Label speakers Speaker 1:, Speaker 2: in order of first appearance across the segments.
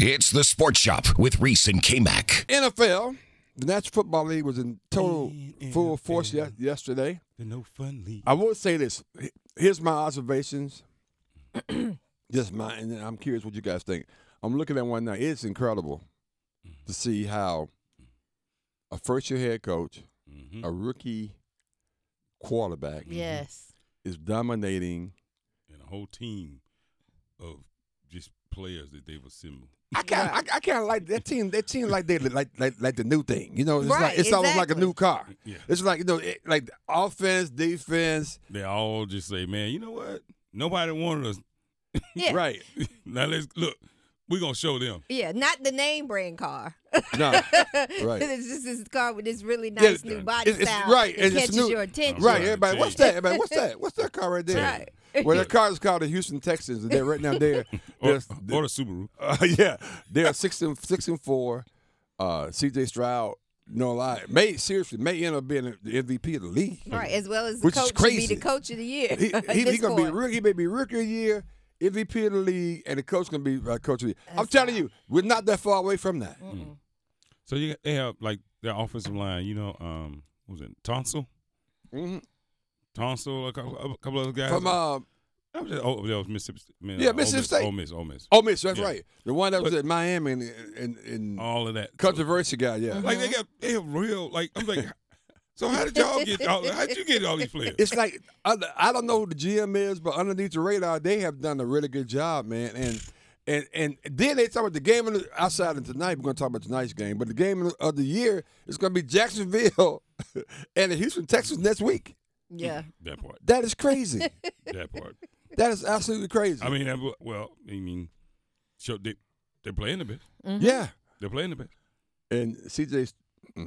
Speaker 1: It's the Sports Shop with Reese and K-Mac.
Speaker 2: NFL, the National Football League was in total full force ye- yesterday.
Speaker 3: The no fun league.
Speaker 2: I will say this. H- Here's my observations. Just my, and then I'm curious what you guys think. I'm looking at one now. It's incredible to see how a first year head coach,
Speaker 3: Mhm.
Speaker 2: a rookie quarterback,
Speaker 4: Yes.
Speaker 2: is dominating.
Speaker 3: And a whole team of just players that they've assembled.
Speaker 2: I kind I, I kind of like that team. That team like they like like like the new thing. You know, it's like
Speaker 4: Right,
Speaker 2: it's almost like a
Speaker 4: exactly.
Speaker 2: new car.
Speaker 3: Yeah.
Speaker 2: It's like you know, it, like offense, defense,
Speaker 3: They all just say, man, you know what? Nobody wanted us.
Speaker 4: Yeah.
Speaker 2: right?
Speaker 3: now let's look. We're gonna show them.
Speaker 4: Yeah, not the name brand car.
Speaker 2: No. Right.
Speaker 4: it's just this car with this really nice new body
Speaker 2: it's- it's-
Speaker 4: style.
Speaker 2: right,
Speaker 4: It
Speaker 2: and it's
Speaker 4: catches
Speaker 2: new-
Speaker 4: your attention.
Speaker 2: Right,
Speaker 3: Yeah.
Speaker 2: everybody. What's that? Everybody, what's that? What's that car right there?
Speaker 4: Right.
Speaker 2: Well, that car is called the Houston Texans, and they're right now they're,
Speaker 3: Or,
Speaker 2: they're
Speaker 3: or the Subaru.
Speaker 2: uh, yeah, they're six and six and four. Uh, C.J. Stroud, no lie, may seriously may end up being the MVP of the league.
Speaker 4: Right, as well as the
Speaker 2: Which is
Speaker 4: coach should
Speaker 2: crazy.
Speaker 4: be the coach of the year.
Speaker 2: He,
Speaker 4: at
Speaker 2: he, he
Speaker 4: this
Speaker 2: gonna be
Speaker 4: point.
Speaker 2: rookie. He may be rookie of the year, MVP of the league, and the coach gonna be uh, coach of the year. I'm telling you, we're not that far away from that.
Speaker 3: So you they have like their offensive line, you know, um, what was it Tonsil?
Speaker 2: Mhm.
Speaker 3: Tonsil, a couple, a couple other guys.
Speaker 2: From uh,
Speaker 3: I was just, oh, that was Mississippi. State. Man,
Speaker 2: Yeah,
Speaker 3: Ole Miss,
Speaker 2: Mississippi State.
Speaker 3: Ole Miss, Ole Miss.
Speaker 2: Ole Miss, that's
Speaker 3: Yeah.
Speaker 2: right. The one that was
Speaker 3: But- Oh.
Speaker 2: at Miami and and, and
Speaker 3: All of that. So-
Speaker 2: controversy guy, yeah.
Speaker 3: Like they got they have real like I'm like so how did y'all get all how did you get all these players?
Speaker 2: It's like under- I don't know who the GM is, but underneath the radar, they have done a really good job, man. And and and then they talk about the game of the, outside of tonight. We're gonna talk about tonight's game, but the game of the- of the year is gonna be Jacksonville and the Houston Texans next week.
Speaker 4: Yeah.
Speaker 3: That part.
Speaker 2: That is crazy.
Speaker 3: That part.
Speaker 2: that is absolutely crazy.
Speaker 3: I mean that, wa- well, I mean so they they're playing the best.
Speaker 2: yeah.
Speaker 3: They're playing the best.
Speaker 2: And CJ, 's-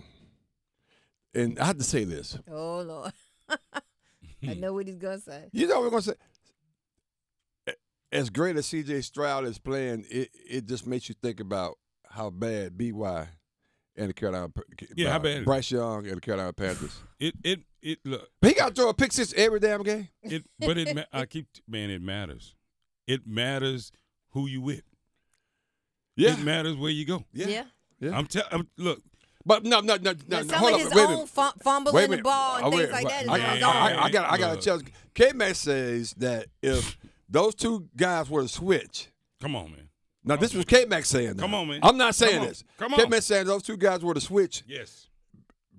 Speaker 2: and I have to say this.
Speaker 4: Oh Lord. I know what he's gonna say.
Speaker 2: You know what we're gonna say. As great as CJ Stroud is playing, it, it just makes you think about how bad BY and the Carolina Pa- uh,
Speaker 3: Yeah, how bad.
Speaker 2: Bryce Young and the Carolina Panthers.
Speaker 3: It it it look
Speaker 2: he got to throw a pick six every damn game.
Speaker 3: it but it ma- I keep man it matters. It matters who you with.
Speaker 2: Yeah,
Speaker 3: It matters where you go.
Speaker 2: yeah. Yeah.
Speaker 3: I'm tell I'm look
Speaker 2: But no, no, no, no.
Speaker 4: But
Speaker 2: no
Speaker 4: some
Speaker 2: hold
Speaker 4: of
Speaker 2: up,
Speaker 4: his
Speaker 2: wait a
Speaker 4: own
Speaker 2: minute.
Speaker 4: fu- fumbling
Speaker 2: Wait a
Speaker 4: the
Speaker 2: minute.
Speaker 4: ball and
Speaker 2: Uh,
Speaker 4: things
Speaker 2: wait,
Speaker 4: like that is
Speaker 2: I,
Speaker 4: on his
Speaker 2: I, I, I,
Speaker 4: own.
Speaker 2: I got, I got
Speaker 3: Look.
Speaker 2: to challenge. K Mac says that if those two guys were to switch.
Speaker 3: come on man.
Speaker 2: Now this was K Mac saying. that.
Speaker 3: Come on, man.
Speaker 2: I'm not saying
Speaker 3: Come on.
Speaker 2: this.
Speaker 3: Come
Speaker 2: K
Speaker 3: on.
Speaker 2: Mac saying those two guys were to switch.
Speaker 3: Yes.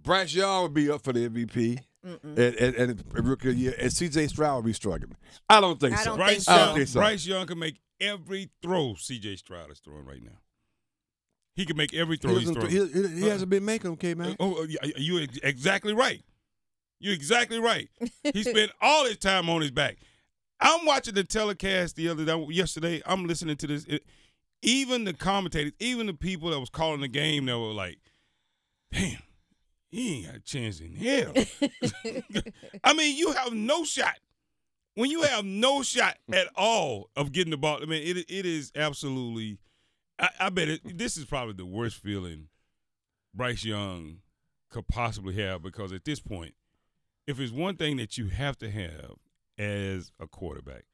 Speaker 2: Bryce Young would be up for the MVP and, and, and rookie of the year, and CJ Stroud would be struggling. I don't think
Speaker 4: I
Speaker 2: so.
Speaker 4: don't
Speaker 3: Bryce
Speaker 4: think so. I don't
Speaker 3: Young,
Speaker 2: think so.
Speaker 3: Bryce Young can make every throw CJ Stroud is throwing right now. He can make every throw
Speaker 2: he,
Speaker 3: he's
Speaker 2: doesn't
Speaker 3: throwing.
Speaker 2: th- he- he- he hasn't been making them, K man.
Speaker 3: Oh, you you ex- exactly right. You're exactly right. He spent all his time on his back. I'm watching the telecast the other day, yesterday. I'm listening to this. It- even the commentators, even the people that was calling the game, that were like, "Damn, he ain't got a chance in hell." I mean, you have no shot when you have no shot at all of getting the ball. I mean, it it is absolutely. I, I bet it, this is probably the worst feeling Bryce Young could possibly have because at this point, if it's one thing that you have to have as a quarterback,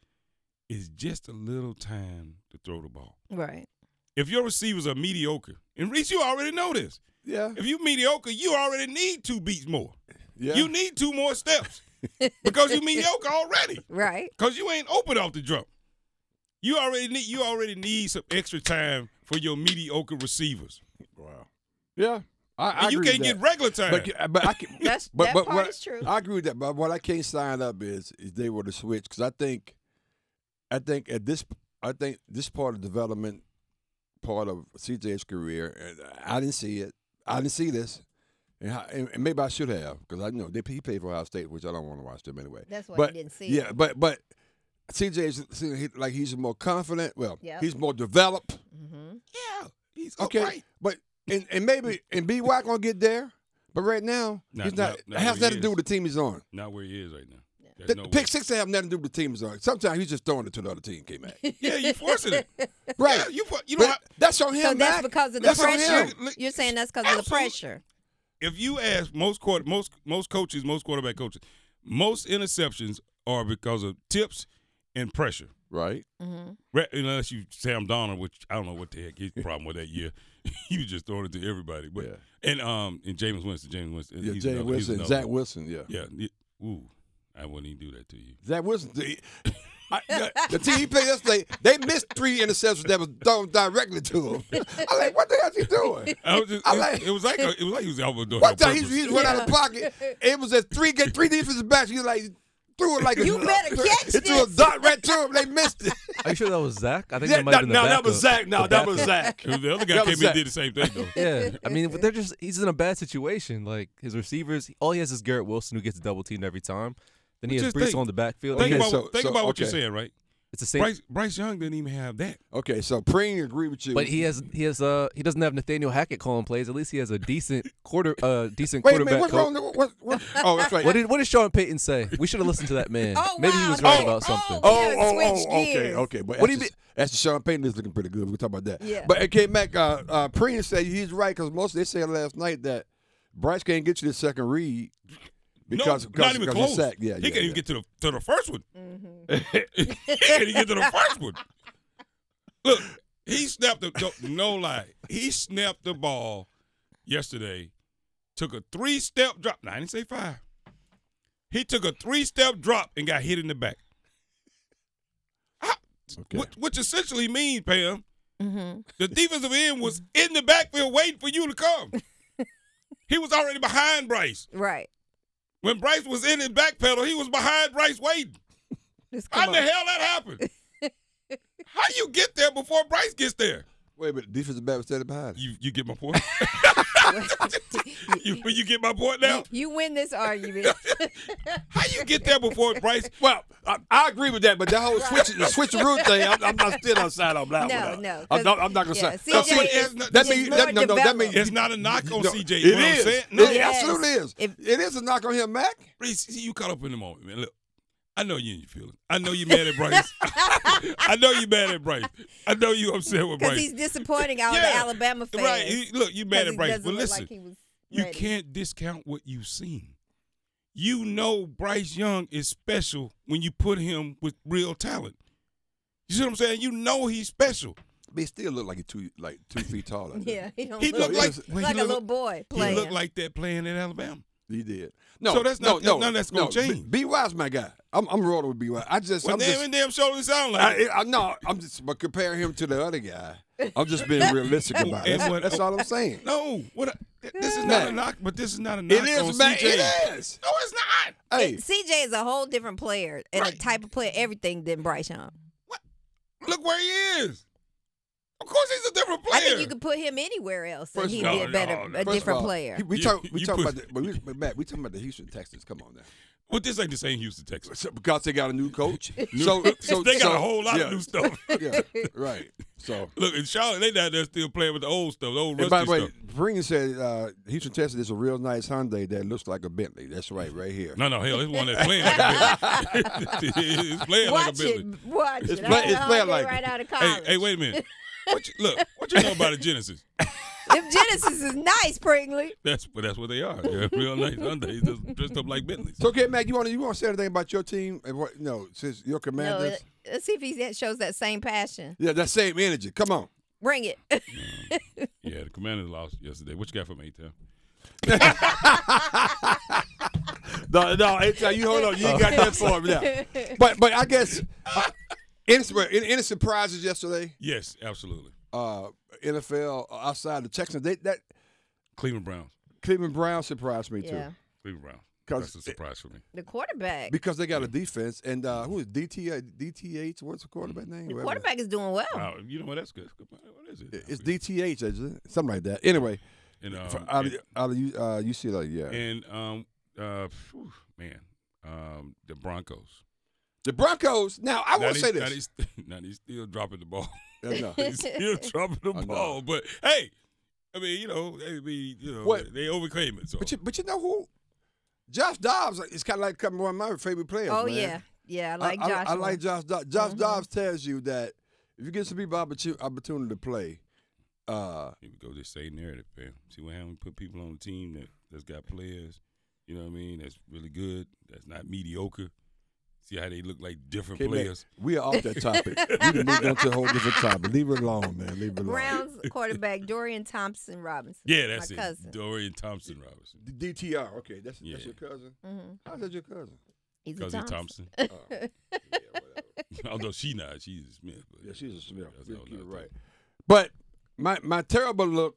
Speaker 3: is just a little time to throw the ball.
Speaker 4: Right.
Speaker 3: If your receivers are mediocre, and Reese, you already know this.
Speaker 2: Yeah,
Speaker 3: If you mediocre, you already need two beats more.
Speaker 2: yeah.
Speaker 3: You need two more steps because you mediocre already.
Speaker 4: Right.
Speaker 3: Cause you ain't open off the jump. You already need you already need some extra time for your mediocre receivers.
Speaker 2: wow. Yeah, I, I
Speaker 3: And you
Speaker 2: agree
Speaker 3: can't
Speaker 2: with
Speaker 3: get
Speaker 2: that.
Speaker 3: regular time.
Speaker 2: But, but I can.
Speaker 4: That's-
Speaker 2: but,
Speaker 4: that
Speaker 2: but
Speaker 4: part
Speaker 2: what-
Speaker 4: is true.
Speaker 2: I agree with that. But what I can't sign up is is they were to switch because I think, I think at this, I think this part of development, part of CJ's career, and I didn't see it. I didn't see this. And, how, and and maybe I should have because I know they, he paid for Ohio State, which I don't want to watch them anyway.
Speaker 4: That's why you
Speaker 2: but,
Speaker 4: didn't see
Speaker 2: Yeah,
Speaker 4: it.
Speaker 2: but but CJ's see, he- like he's more confident. Well,
Speaker 4: Yep.
Speaker 2: he's more developed.
Speaker 4: Mm-hmm.
Speaker 3: yeah, he's
Speaker 2: Okay,
Speaker 3: upright.
Speaker 2: but and, and maybe and BY gonna get there, but right now
Speaker 3: Not-
Speaker 2: he's not.
Speaker 3: not- not
Speaker 2: it has
Speaker 3: where he
Speaker 2: nothing to do
Speaker 3: is.
Speaker 2: with the team he's on.
Speaker 3: Not where he is right now. There's
Speaker 2: The,
Speaker 3: no
Speaker 2: the
Speaker 3: way.
Speaker 2: pick six have nothing to do with the team he's on. Sometimes he's just throwing it to the other team, K Mac.
Speaker 3: Yeah, you forcing it.
Speaker 2: Right.
Speaker 3: Yeah, you for, you know
Speaker 2: but
Speaker 3: how,
Speaker 2: that's on him.
Speaker 4: So that's
Speaker 2: Mac.
Speaker 4: because of the
Speaker 2: That's on
Speaker 4: pressure.
Speaker 2: him.
Speaker 3: him.
Speaker 4: You're saying that's because of the
Speaker 3: Absolutely.
Speaker 4: pressure.
Speaker 3: if you ask most quarter most most coaches, most quarterback coaches, most interceptions are because of tips and pressure.
Speaker 2: right?
Speaker 4: hmm
Speaker 3: Re- Unless you Sam Donald, which I don't know what the heck his problem with that year. he was just throwing it to everybody. But
Speaker 2: yeah,
Speaker 3: and um and James Winston, James Winston,
Speaker 2: yeah.
Speaker 3: he's
Speaker 2: Jay
Speaker 3: another- he's
Speaker 2: Wilson,
Speaker 3: another
Speaker 2: Zach
Speaker 3: one.
Speaker 2: Wilson, yeah.
Speaker 3: Yeah. y- Ooh, I wouldn't even do that to you.
Speaker 2: Zach Wilson. The, I, yeah, the team he played yesterday, they missed three interceptions that was thrown directly to him. I'm like, what the hell's he doing?
Speaker 3: I was just,
Speaker 2: I
Speaker 3: it,
Speaker 2: like-
Speaker 3: it was like a, it was like he was elbowing door.
Speaker 2: One time he's, he's running out of the
Speaker 4: Yeah.
Speaker 2: pocket. It was at three get three defensive backs. He like threw it like
Speaker 4: You
Speaker 2: a,
Speaker 4: better catch
Speaker 2: He threw a
Speaker 4: this.
Speaker 2: dot right to him. They missed it.
Speaker 5: Are you sure that was Zach? I think
Speaker 2: Yeah,
Speaker 5: that might
Speaker 2: no,
Speaker 5: have been
Speaker 2: no,
Speaker 5: the
Speaker 2: that was
Speaker 5: backup-
Speaker 2: Zach. No,
Speaker 5: the
Speaker 2: that was
Speaker 5: backup.
Speaker 2: Zach.
Speaker 3: the other guy
Speaker 2: That
Speaker 3: came
Speaker 2: was
Speaker 3: in
Speaker 2: that.
Speaker 3: and did the same thing though.
Speaker 5: Yeah, I mean, they're just—he's in a bad situation. Like his receivers, all he has is Garrett Wilson, who gets double teamed every time. Then he
Speaker 3: But
Speaker 5: has
Speaker 3: just
Speaker 5: Brees
Speaker 3: think-
Speaker 5: on the backfield.
Speaker 3: Think
Speaker 2: Okay,
Speaker 3: about,
Speaker 2: so-
Speaker 3: think
Speaker 2: so,
Speaker 3: about what you're
Speaker 2: okay.
Speaker 3: saying, right?
Speaker 5: it's the same,
Speaker 3: Bryce Bryce Young didn't even have that.
Speaker 2: Okay, so Preen agree with you.
Speaker 5: but he has—he has—he doesn't have Nathaniel Hackett calling plays. At least he has a decent quarter, uh, decent
Speaker 2: Wait a
Speaker 5: quarterback.
Speaker 2: minute, what's
Speaker 5: coach.
Speaker 2: wrong? What, what, what? Oh, that's right.
Speaker 5: What did what did Sean Payton say? We should have listened to that man.
Speaker 4: Oh,
Speaker 5: Maybe
Speaker 4: wow,
Speaker 5: he was
Speaker 4: that-
Speaker 5: right about
Speaker 4: oh.
Speaker 5: something.
Speaker 4: Oh.
Speaker 2: Oh,
Speaker 4: gotta
Speaker 2: oh,
Speaker 4: switch
Speaker 2: oh, okay,
Speaker 4: gears.
Speaker 2: okay. But
Speaker 5: What
Speaker 2: what
Speaker 5: do you
Speaker 2: actually, actually, Sean Payton is looking pretty good. We'll talk about that.
Speaker 4: Yeah.
Speaker 2: But it came back. Uh, uh, Preen said he's right because most they said last night that Bryce can't get you the second read because
Speaker 3: no,
Speaker 2: because,
Speaker 3: not even
Speaker 2: because
Speaker 3: close.
Speaker 2: he's sacked. Yeah,
Speaker 3: he
Speaker 2: yeah,
Speaker 3: can't even
Speaker 2: yeah.
Speaker 3: get to the to the first one.
Speaker 4: hmm
Speaker 3: he can't even get to the first one. Look, he snapped the no, no lie. He snapped the ball yesterday. Took a three step drop. No, I didn't say five. He took a three step drop and got hit in the back. Ah,
Speaker 2: Okay.
Speaker 3: Which, which essentially means, Pam,
Speaker 4: hmm
Speaker 3: the defensive end was in the backfield waiting for you to come. he was already behind Bryce.
Speaker 4: Right.
Speaker 3: When Bryce was in his back pedal, he was behind Bryce waiting.
Speaker 4: Just
Speaker 3: How
Speaker 4: come
Speaker 3: in
Speaker 4: on.
Speaker 3: the hell that happened? How you get there before Bryce gets there?
Speaker 2: Wait a minute, defensive back was standing behind. him.
Speaker 3: You you get my point. you, you get my point now.
Speaker 4: You win this argument.
Speaker 3: How you get there before Bryce?
Speaker 2: Well, I, I agree with that, but that whole switch the switch route thing, I'm, I'm not still outside on that
Speaker 4: No,
Speaker 2: one.
Speaker 4: no,
Speaker 2: I'm not,
Speaker 4: 'cause-
Speaker 2: I'm not gonna
Speaker 4: yeah,
Speaker 2: say. No,
Speaker 4: CJ
Speaker 2: see,
Speaker 3: is-
Speaker 2: that
Speaker 4: is
Speaker 2: means
Speaker 4: more
Speaker 2: that, no, no, that
Speaker 4: developed.
Speaker 2: means
Speaker 3: It's not a knock on
Speaker 2: No,
Speaker 3: CJ.
Speaker 2: It
Speaker 3: what I'm
Speaker 2: is.
Speaker 3: saying, no,
Speaker 2: It
Speaker 4: Yes.
Speaker 2: absolutely is.
Speaker 4: If-
Speaker 2: it is a knock on him, Mac.
Speaker 3: Reese, see, you caught up in the moment, man. Look, I know you in your feelings. I know you mad at Bryce. I know you mad at Bryce. I know you upset with
Speaker 4: Because
Speaker 3: Bryce.
Speaker 4: he's disappointing all
Speaker 3: Yeah.
Speaker 4: the Alabama fans.
Speaker 3: right? you- look, you
Speaker 4: 'Cause
Speaker 3: mad
Speaker 4: he
Speaker 3: at Bryce.
Speaker 4: doesn't
Speaker 3: But
Speaker 4: look
Speaker 3: listen,
Speaker 4: like he was
Speaker 3: You
Speaker 4: ready.
Speaker 3: can't discount what you've seen. You know Bryce Young is special when you put him with real talent. You see what I'm saying? You know he's special.
Speaker 2: But he still looked like he two like two feet taller.
Speaker 4: Yeah, he don't
Speaker 3: He
Speaker 4: look
Speaker 3: looked like
Speaker 2: Look,
Speaker 4: like a little boy playing.
Speaker 3: He looked like that playing at Alabama.
Speaker 2: He did. No,
Speaker 3: So that's not-
Speaker 2: no, no,
Speaker 3: none of that's gonna
Speaker 2: no.
Speaker 3: change.
Speaker 2: B. Wise, my guy. I'm I'm rolling with B. Wise. I just,
Speaker 3: Well,
Speaker 2: I'm
Speaker 3: damn
Speaker 2: just,
Speaker 3: and damn sure it sound like. it.
Speaker 2: I, I, no, I'm just but comparing him to the other guy. I'm just being realistic about it.
Speaker 3: And
Speaker 2: That's,
Speaker 3: what-
Speaker 2: that's all I'm saying.
Speaker 3: no, what? I- th- this is not
Speaker 2: Mac.
Speaker 3: a knock, but this is not a knock
Speaker 2: It
Speaker 3: on
Speaker 2: is, man.
Speaker 3: CJ.
Speaker 2: It is.
Speaker 3: No, it's not.
Speaker 2: Hey,
Speaker 4: CJ is a whole different player and a
Speaker 3: Right.
Speaker 4: type of player, everything than Bryce Young.
Speaker 3: Look where he is. Of course, he's a different player.
Speaker 4: I think you could put him anywhere else and
Speaker 2: First
Speaker 4: he'd
Speaker 2: of
Speaker 4: be
Speaker 3: all-
Speaker 4: a better,
Speaker 3: no, no,
Speaker 4: a
Speaker 2: first of
Speaker 4: different
Speaker 2: all,
Speaker 4: player.
Speaker 2: he- We
Speaker 3: You-
Speaker 2: talk, we
Speaker 3: you
Speaker 2: talk
Speaker 3: put-
Speaker 2: about the, but we, but Matt, we talking about the Houston Texans. Come on now.
Speaker 3: But this ain't the same Houston, Texas.
Speaker 2: So- because they got a new coach. so, so
Speaker 3: they got
Speaker 2: so-
Speaker 3: a whole lot
Speaker 2: yeah,
Speaker 3: of new stuff.
Speaker 2: Yeah, right. So,
Speaker 3: Look, in Charlotte, they down there still playing with the old stuff, the old
Speaker 2: and
Speaker 3: rusty
Speaker 2: by the way,
Speaker 3: stuff.
Speaker 2: Breen said uh, Houston Texans is a real nice Hyundai that looks like a Bentley. That's right, right here.
Speaker 3: No, no, hell, it's one that's playing like a Bentley. it's playing like a
Speaker 4: Watch
Speaker 3: Bentley.
Speaker 4: it, watch
Speaker 2: It's
Speaker 4: it. I
Speaker 2: play-
Speaker 4: don't
Speaker 2: it's
Speaker 4: know,
Speaker 2: play
Speaker 4: I'll get
Speaker 2: like
Speaker 4: right
Speaker 2: it.
Speaker 4: out of
Speaker 3: Hey,
Speaker 4: college.
Speaker 3: hey, wait a minute. What you, look, what you know about a Genesis?
Speaker 4: If Genesis is nice, Pringley.
Speaker 3: That's but that's what they are. Yeah, real nice Sundays, just dressed up like Bentleys.
Speaker 2: So, okay, Matt, you want to you want to say anything about your team? And what, no, since your
Speaker 4: No,
Speaker 2: commanders,
Speaker 4: let- let's see if he shows that same passion.
Speaker 2: yeah, that same energy. Come on.
Speaker 4: Bring it.
Speaker 3: Yeah, the Commanders lost yesterday. What you got for me, Tim?
Speaker 2: No, no, it's, uh, you hold on. You ain't got that for me now. But but I guess uh, any, sur- any, any surprises yesterday?
Speaker 3: Yes, absolutely.
Speaker 2: Uh, NFL outside the Texans, they, that
Speaker 3: Cleveland Browns.
Speaker 2: Cleveland Brown surprised me too.
Speaker 4: yeah,
Speaker 3: Cleveland Browns.
Speaker 2: 'Cause
Speaker 3: That's a surprise for me.
Speaker 4: the quarterback.
Speaker 2: Because they got a defense, and uh, who is DTA? DTH? What's the quarterback name?
Speaker 4: The
Speaker 2: Whatever.
Speaker 4: quarterback is doing well.
Speaker 3: Wow, you know what? That's good. What is it?
Speaker 2: Oh. It's DTH, isn't it? something like that. Anyway,
Speaker 3: And um,
Speaker 2: for- out of,
Speaker 3: and,
Speaker 2: out of U- uh, UCLA, yeah.
Speaker 3: and, um, uh, phew, man, um, the Broncos.
Speaker 2: the Broncos. Now I
Speaker 3: Now
Speaker 2: want
Speaker 3: they-
Speaker 2: to say
Speaker 3: Now
Speaker 2: this.
Speaker 3: they, st- now they still dropping the ball.
Speaker 2: Yeah, no.
Speaker 3: they still dropping the
Speaker 2: I know.
Speaker 3: ball. But hey, I mean, you know, I mean, you know,
Speaker 2: What?
Speaker 3: they overcame it. So
Speaker 2: but you, but you know who? Josh Dobbs is kind of like coming one of my favorite players.
Speaker 4: oh
Speaker 2: man.
Speaker 4: yeah, yeah. I like
Speaker 2: I,
Speaker 4: Josh.
Speaker 2: I like Josh Dobbs. Josh
Speaker 4: Mhm.
Speaker 2: Dobbs tells you that if you get some people opportu- opportunity to play, uh,
Speaker 3: Here we go, this same narrative, man. See what happened? Put people on the team that that's got players, you know what I mean? That's really good. That's not mediocre. See how they look like different
Speaker 2: Okay, man,
Speaker 3: players.
Speaker 2: we are off that topic. we done moved on to a whole different topic. Leave it alone, man. Leave it alone.
Speaker 4: Browns quarterback Dorian Thompson Robinson.
Speaker 3: Yeah, that's
Speaker 4: my
Speaker 3: it.
Speaker 4: cousin.
Speaker 3: Dorian Thompson Robinson.
Speaker 2: D- DTR. Okay, that's
Speaker 3: Yeah.
Speaker 2: that's your cousin.
Speaker 4: Mm-hmm.
Speaker 2: How's that your cousin?
Speaker 4: He's a
Speaker 3: Cousin
Speaker 4: Thompson.
Speaker 3: Thompson.
Speaker 2: Oh, yeah, whatever.
Speaker 3: Although she not, she's a Smith. But
Speaker 2: Yeah, she's a Smith.
Speaker 3: That's
Speaker 2: Keep-
Speaker 3: all
Speaker 2: keep it
Speaker 3: I
Speaker 2: right.
Speaker 3: think.
Speaker 2: But my my terrible look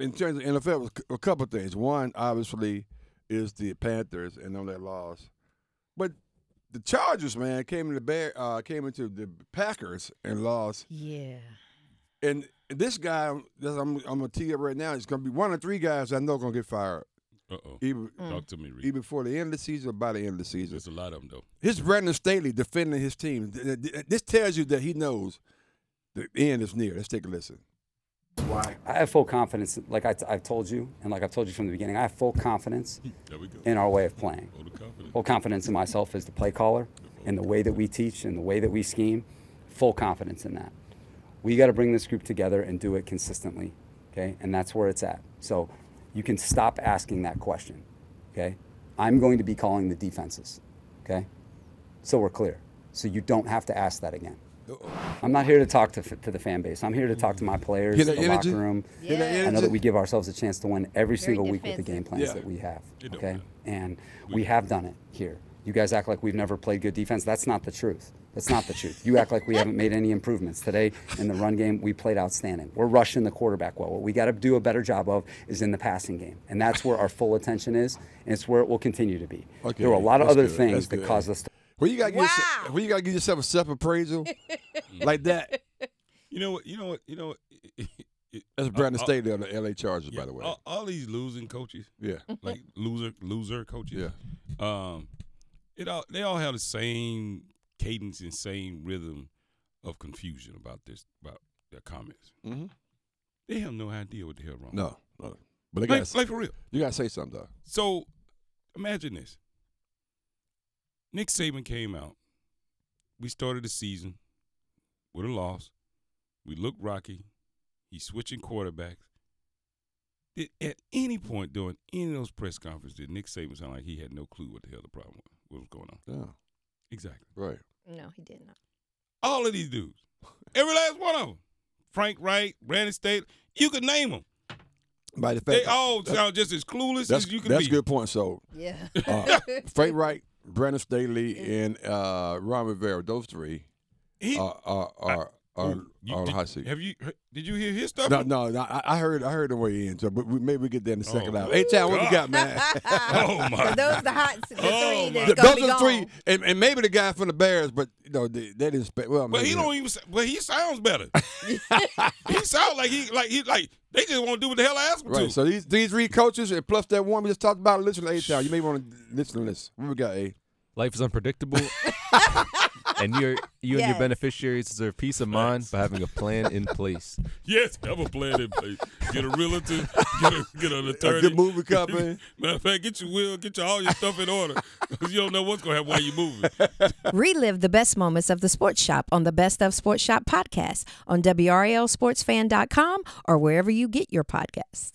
Speaker 2: in terms of NFL was c- a couple of things. One, obviously, is the Panthers and on that loss. But the Chargers, man, came into bear uh, came into the Packers and lost.
Speaker 4: Yeah.
Speaker 2: And this guy, this I'm, I'm gonna tee up right now. It's gonna be one of three guys I know gonna get fired,
Speaker 3: Uh-oh.
Speaker 2: even
Speaker 3: Talk to me, Reed.
Speaker 2: either before the end of the season or by the end of the season.
Speaker 3: There's a lot of them, though.
Speaker 2: His Brandon Staley defending his team. Th- th- This tells you that he knows the end is near. Let's take a listen.
Speaker 6: I have full confidence, like I, I've told you, and like I've told you from the beginning, I have full confidence
Speaker 3: Hmm, There we go.
Speaker 6: in our way of playing.
Speaker 3: Hold the confidence.
Speaker 6: Full confidence in myself as the play caller and the way that we teach and the way that we scheme. Full confidence in that. We got to bring this group together and do it consistently, okay? And that's where it's at. So you can stop asking that question, okay? I'm going to be calling the defenses, okay? So we're clear. So you don't have to ask that again. I'm not here to talk to, f- to the fan base. I'm here to talk to my players,
Speaker 2: Hear
Speaker 6: the
Speaker 2: that energy?
Speaker 6: locker room.
Speaker 2: Hear that
Speaker 6: I know
Speaker 2: energy?
Speaker 6: that we give ourselves a chance to win every single week with the
Speaker 4: defensive.
Speaker 6: game plans
Speaker 2: Yeah.
Speaker 6: that we have.
Speaker 3: It don't
Speaker 6: Okay,
Speaker 3: matter.
Speaker 6: and we have done it here. You guys act like we've never played good defense. That's not the truth. That's not the truth. You act like we haven't made any improvements today in the run game. We played outstanding. We're rushing the quarterback well. What we got to do a better job of is in the passing game, and that's where our full attention is, and it's where it will continue to be. there were a
Speaker 2: Okay,
Speaker 6: lot of
Speaker 2: that's
Speaker 6: other
Speaker 2: good, that's
Speaker 6: things that
Speaker 2: good.
Speaker 6: caused us to
Speaker 2: Well, you gotta give yourself,
Speaker 4: Wow.
Speaker 2: well, you gotta give yourself a self appraisal like that.
Speaker 3: You know what? You know what? You know what? It-
Speaker 2: That's
Speaker 3: uh,
Speaker 2: Brandon Staley on the LA Chargers, by the way.
Speaker 3: all, all these losing coaches,
Speaker 2: yeah,
Speaker 3: like loser loser coaches, um, it all they all have the same cadence and same rhythm of confusion about this about their comments.
Speaker 2: Mhm.
Speaker 3: They have no idea what the hell wrong.
Speaker 2: No, no. But they
Speaker 3: like,
Speaker 2: gotta,
Speaker 3: like for real.
Speaker 2: you gotta say something though.
Speaker 3: So imagine this. Nick Saban came out. We started the season with a loss. We looked rocky. He's switching quarterbacks. Did at any point during any of those press conferences did Nick Saban sound like he had no clue what the hell the problem was, what was going on?
Speaker 2: Yeah,
Speaker 3: Exactly.
Speaker 2: right.
Speaker 4: No, he did not.
Speaker 3: All of these dudes, every last one of them, Frank Wright, Brandon State, you could name them.
Speaker 2: By the fact, uh,
Speaker 3: They all sound just as clueless
Speaker 2: that's
Speaker 3: as you could
Speaker 2: that's
Speaker 3: be.
Speaker 2: good point. So
Speaker 4: Yeah.
Speaker 3: Oh,
Speaker 2: uh, Frank Wright, Brandon Staley, and uh, Ron Rivera, those three
Speaker 3: He-
Speaker 2: are are are, are,
Speaker 3: Ooh, you-
Speaker 2: are on the
Speaker 3: did,
Speaker 2: hot seat.
Speaker 3: Have you did you hear his stuff?
Speaker 2: No, no, no, I, I heard, I heard the way in. So, but we, maybe we get there in the second
Speaker 3: Oh,
Speaker 2: hour. Hey, Chad, what we got,
Speaker 3: God.
Speaker 2: man?
Speaker 3: Oh my!
Speaker 4: so those the hot the
Speaker 3: Oh,
Speaker 4: three
Speaker 3: my-
Speaker 4: that's
Speaker 2: Th-
Speaker 4: gonna
Speaker 2: Those
Speaker 4: be
Speaker 2: are the three,
Speaker 4: gone.
Speaker 2: and, and maybe the guy from the Bears, but you know they, they didn't. Spe- well,
Speaker 3: but
Speaker 2: maybe
Speaker 3: he don't even. s- But he sounds better. he sounds like he like he like they just want to do what the hell I asked them
Speaker 2: Right.
Speaker 3: to.
Speaker 2: So these these three coaches and plus that one we just talked about. Listen to A Town. You may want to listen to this. What we got A?
Speaker 5: Life is unpredictable. and you're, you and
Speaker 4: Yes.
Speaker 5: your beneficiaries deserve peace of mind by having a plan in place.
Speaker 3: yes, have a plan in place. Get a realtor. Get a get an attorney.
Speaker 2: A good movie company.
Speaker 3: Matter of fact, get your will. Get your all your stuff in order because you don't know what's gonna happen while you're moving.
Speaker 4: Relive the best moments of the Sports Shop on the Best of Sports Shop podcast on WRLSportsFan.com or wherever you get your podcasts.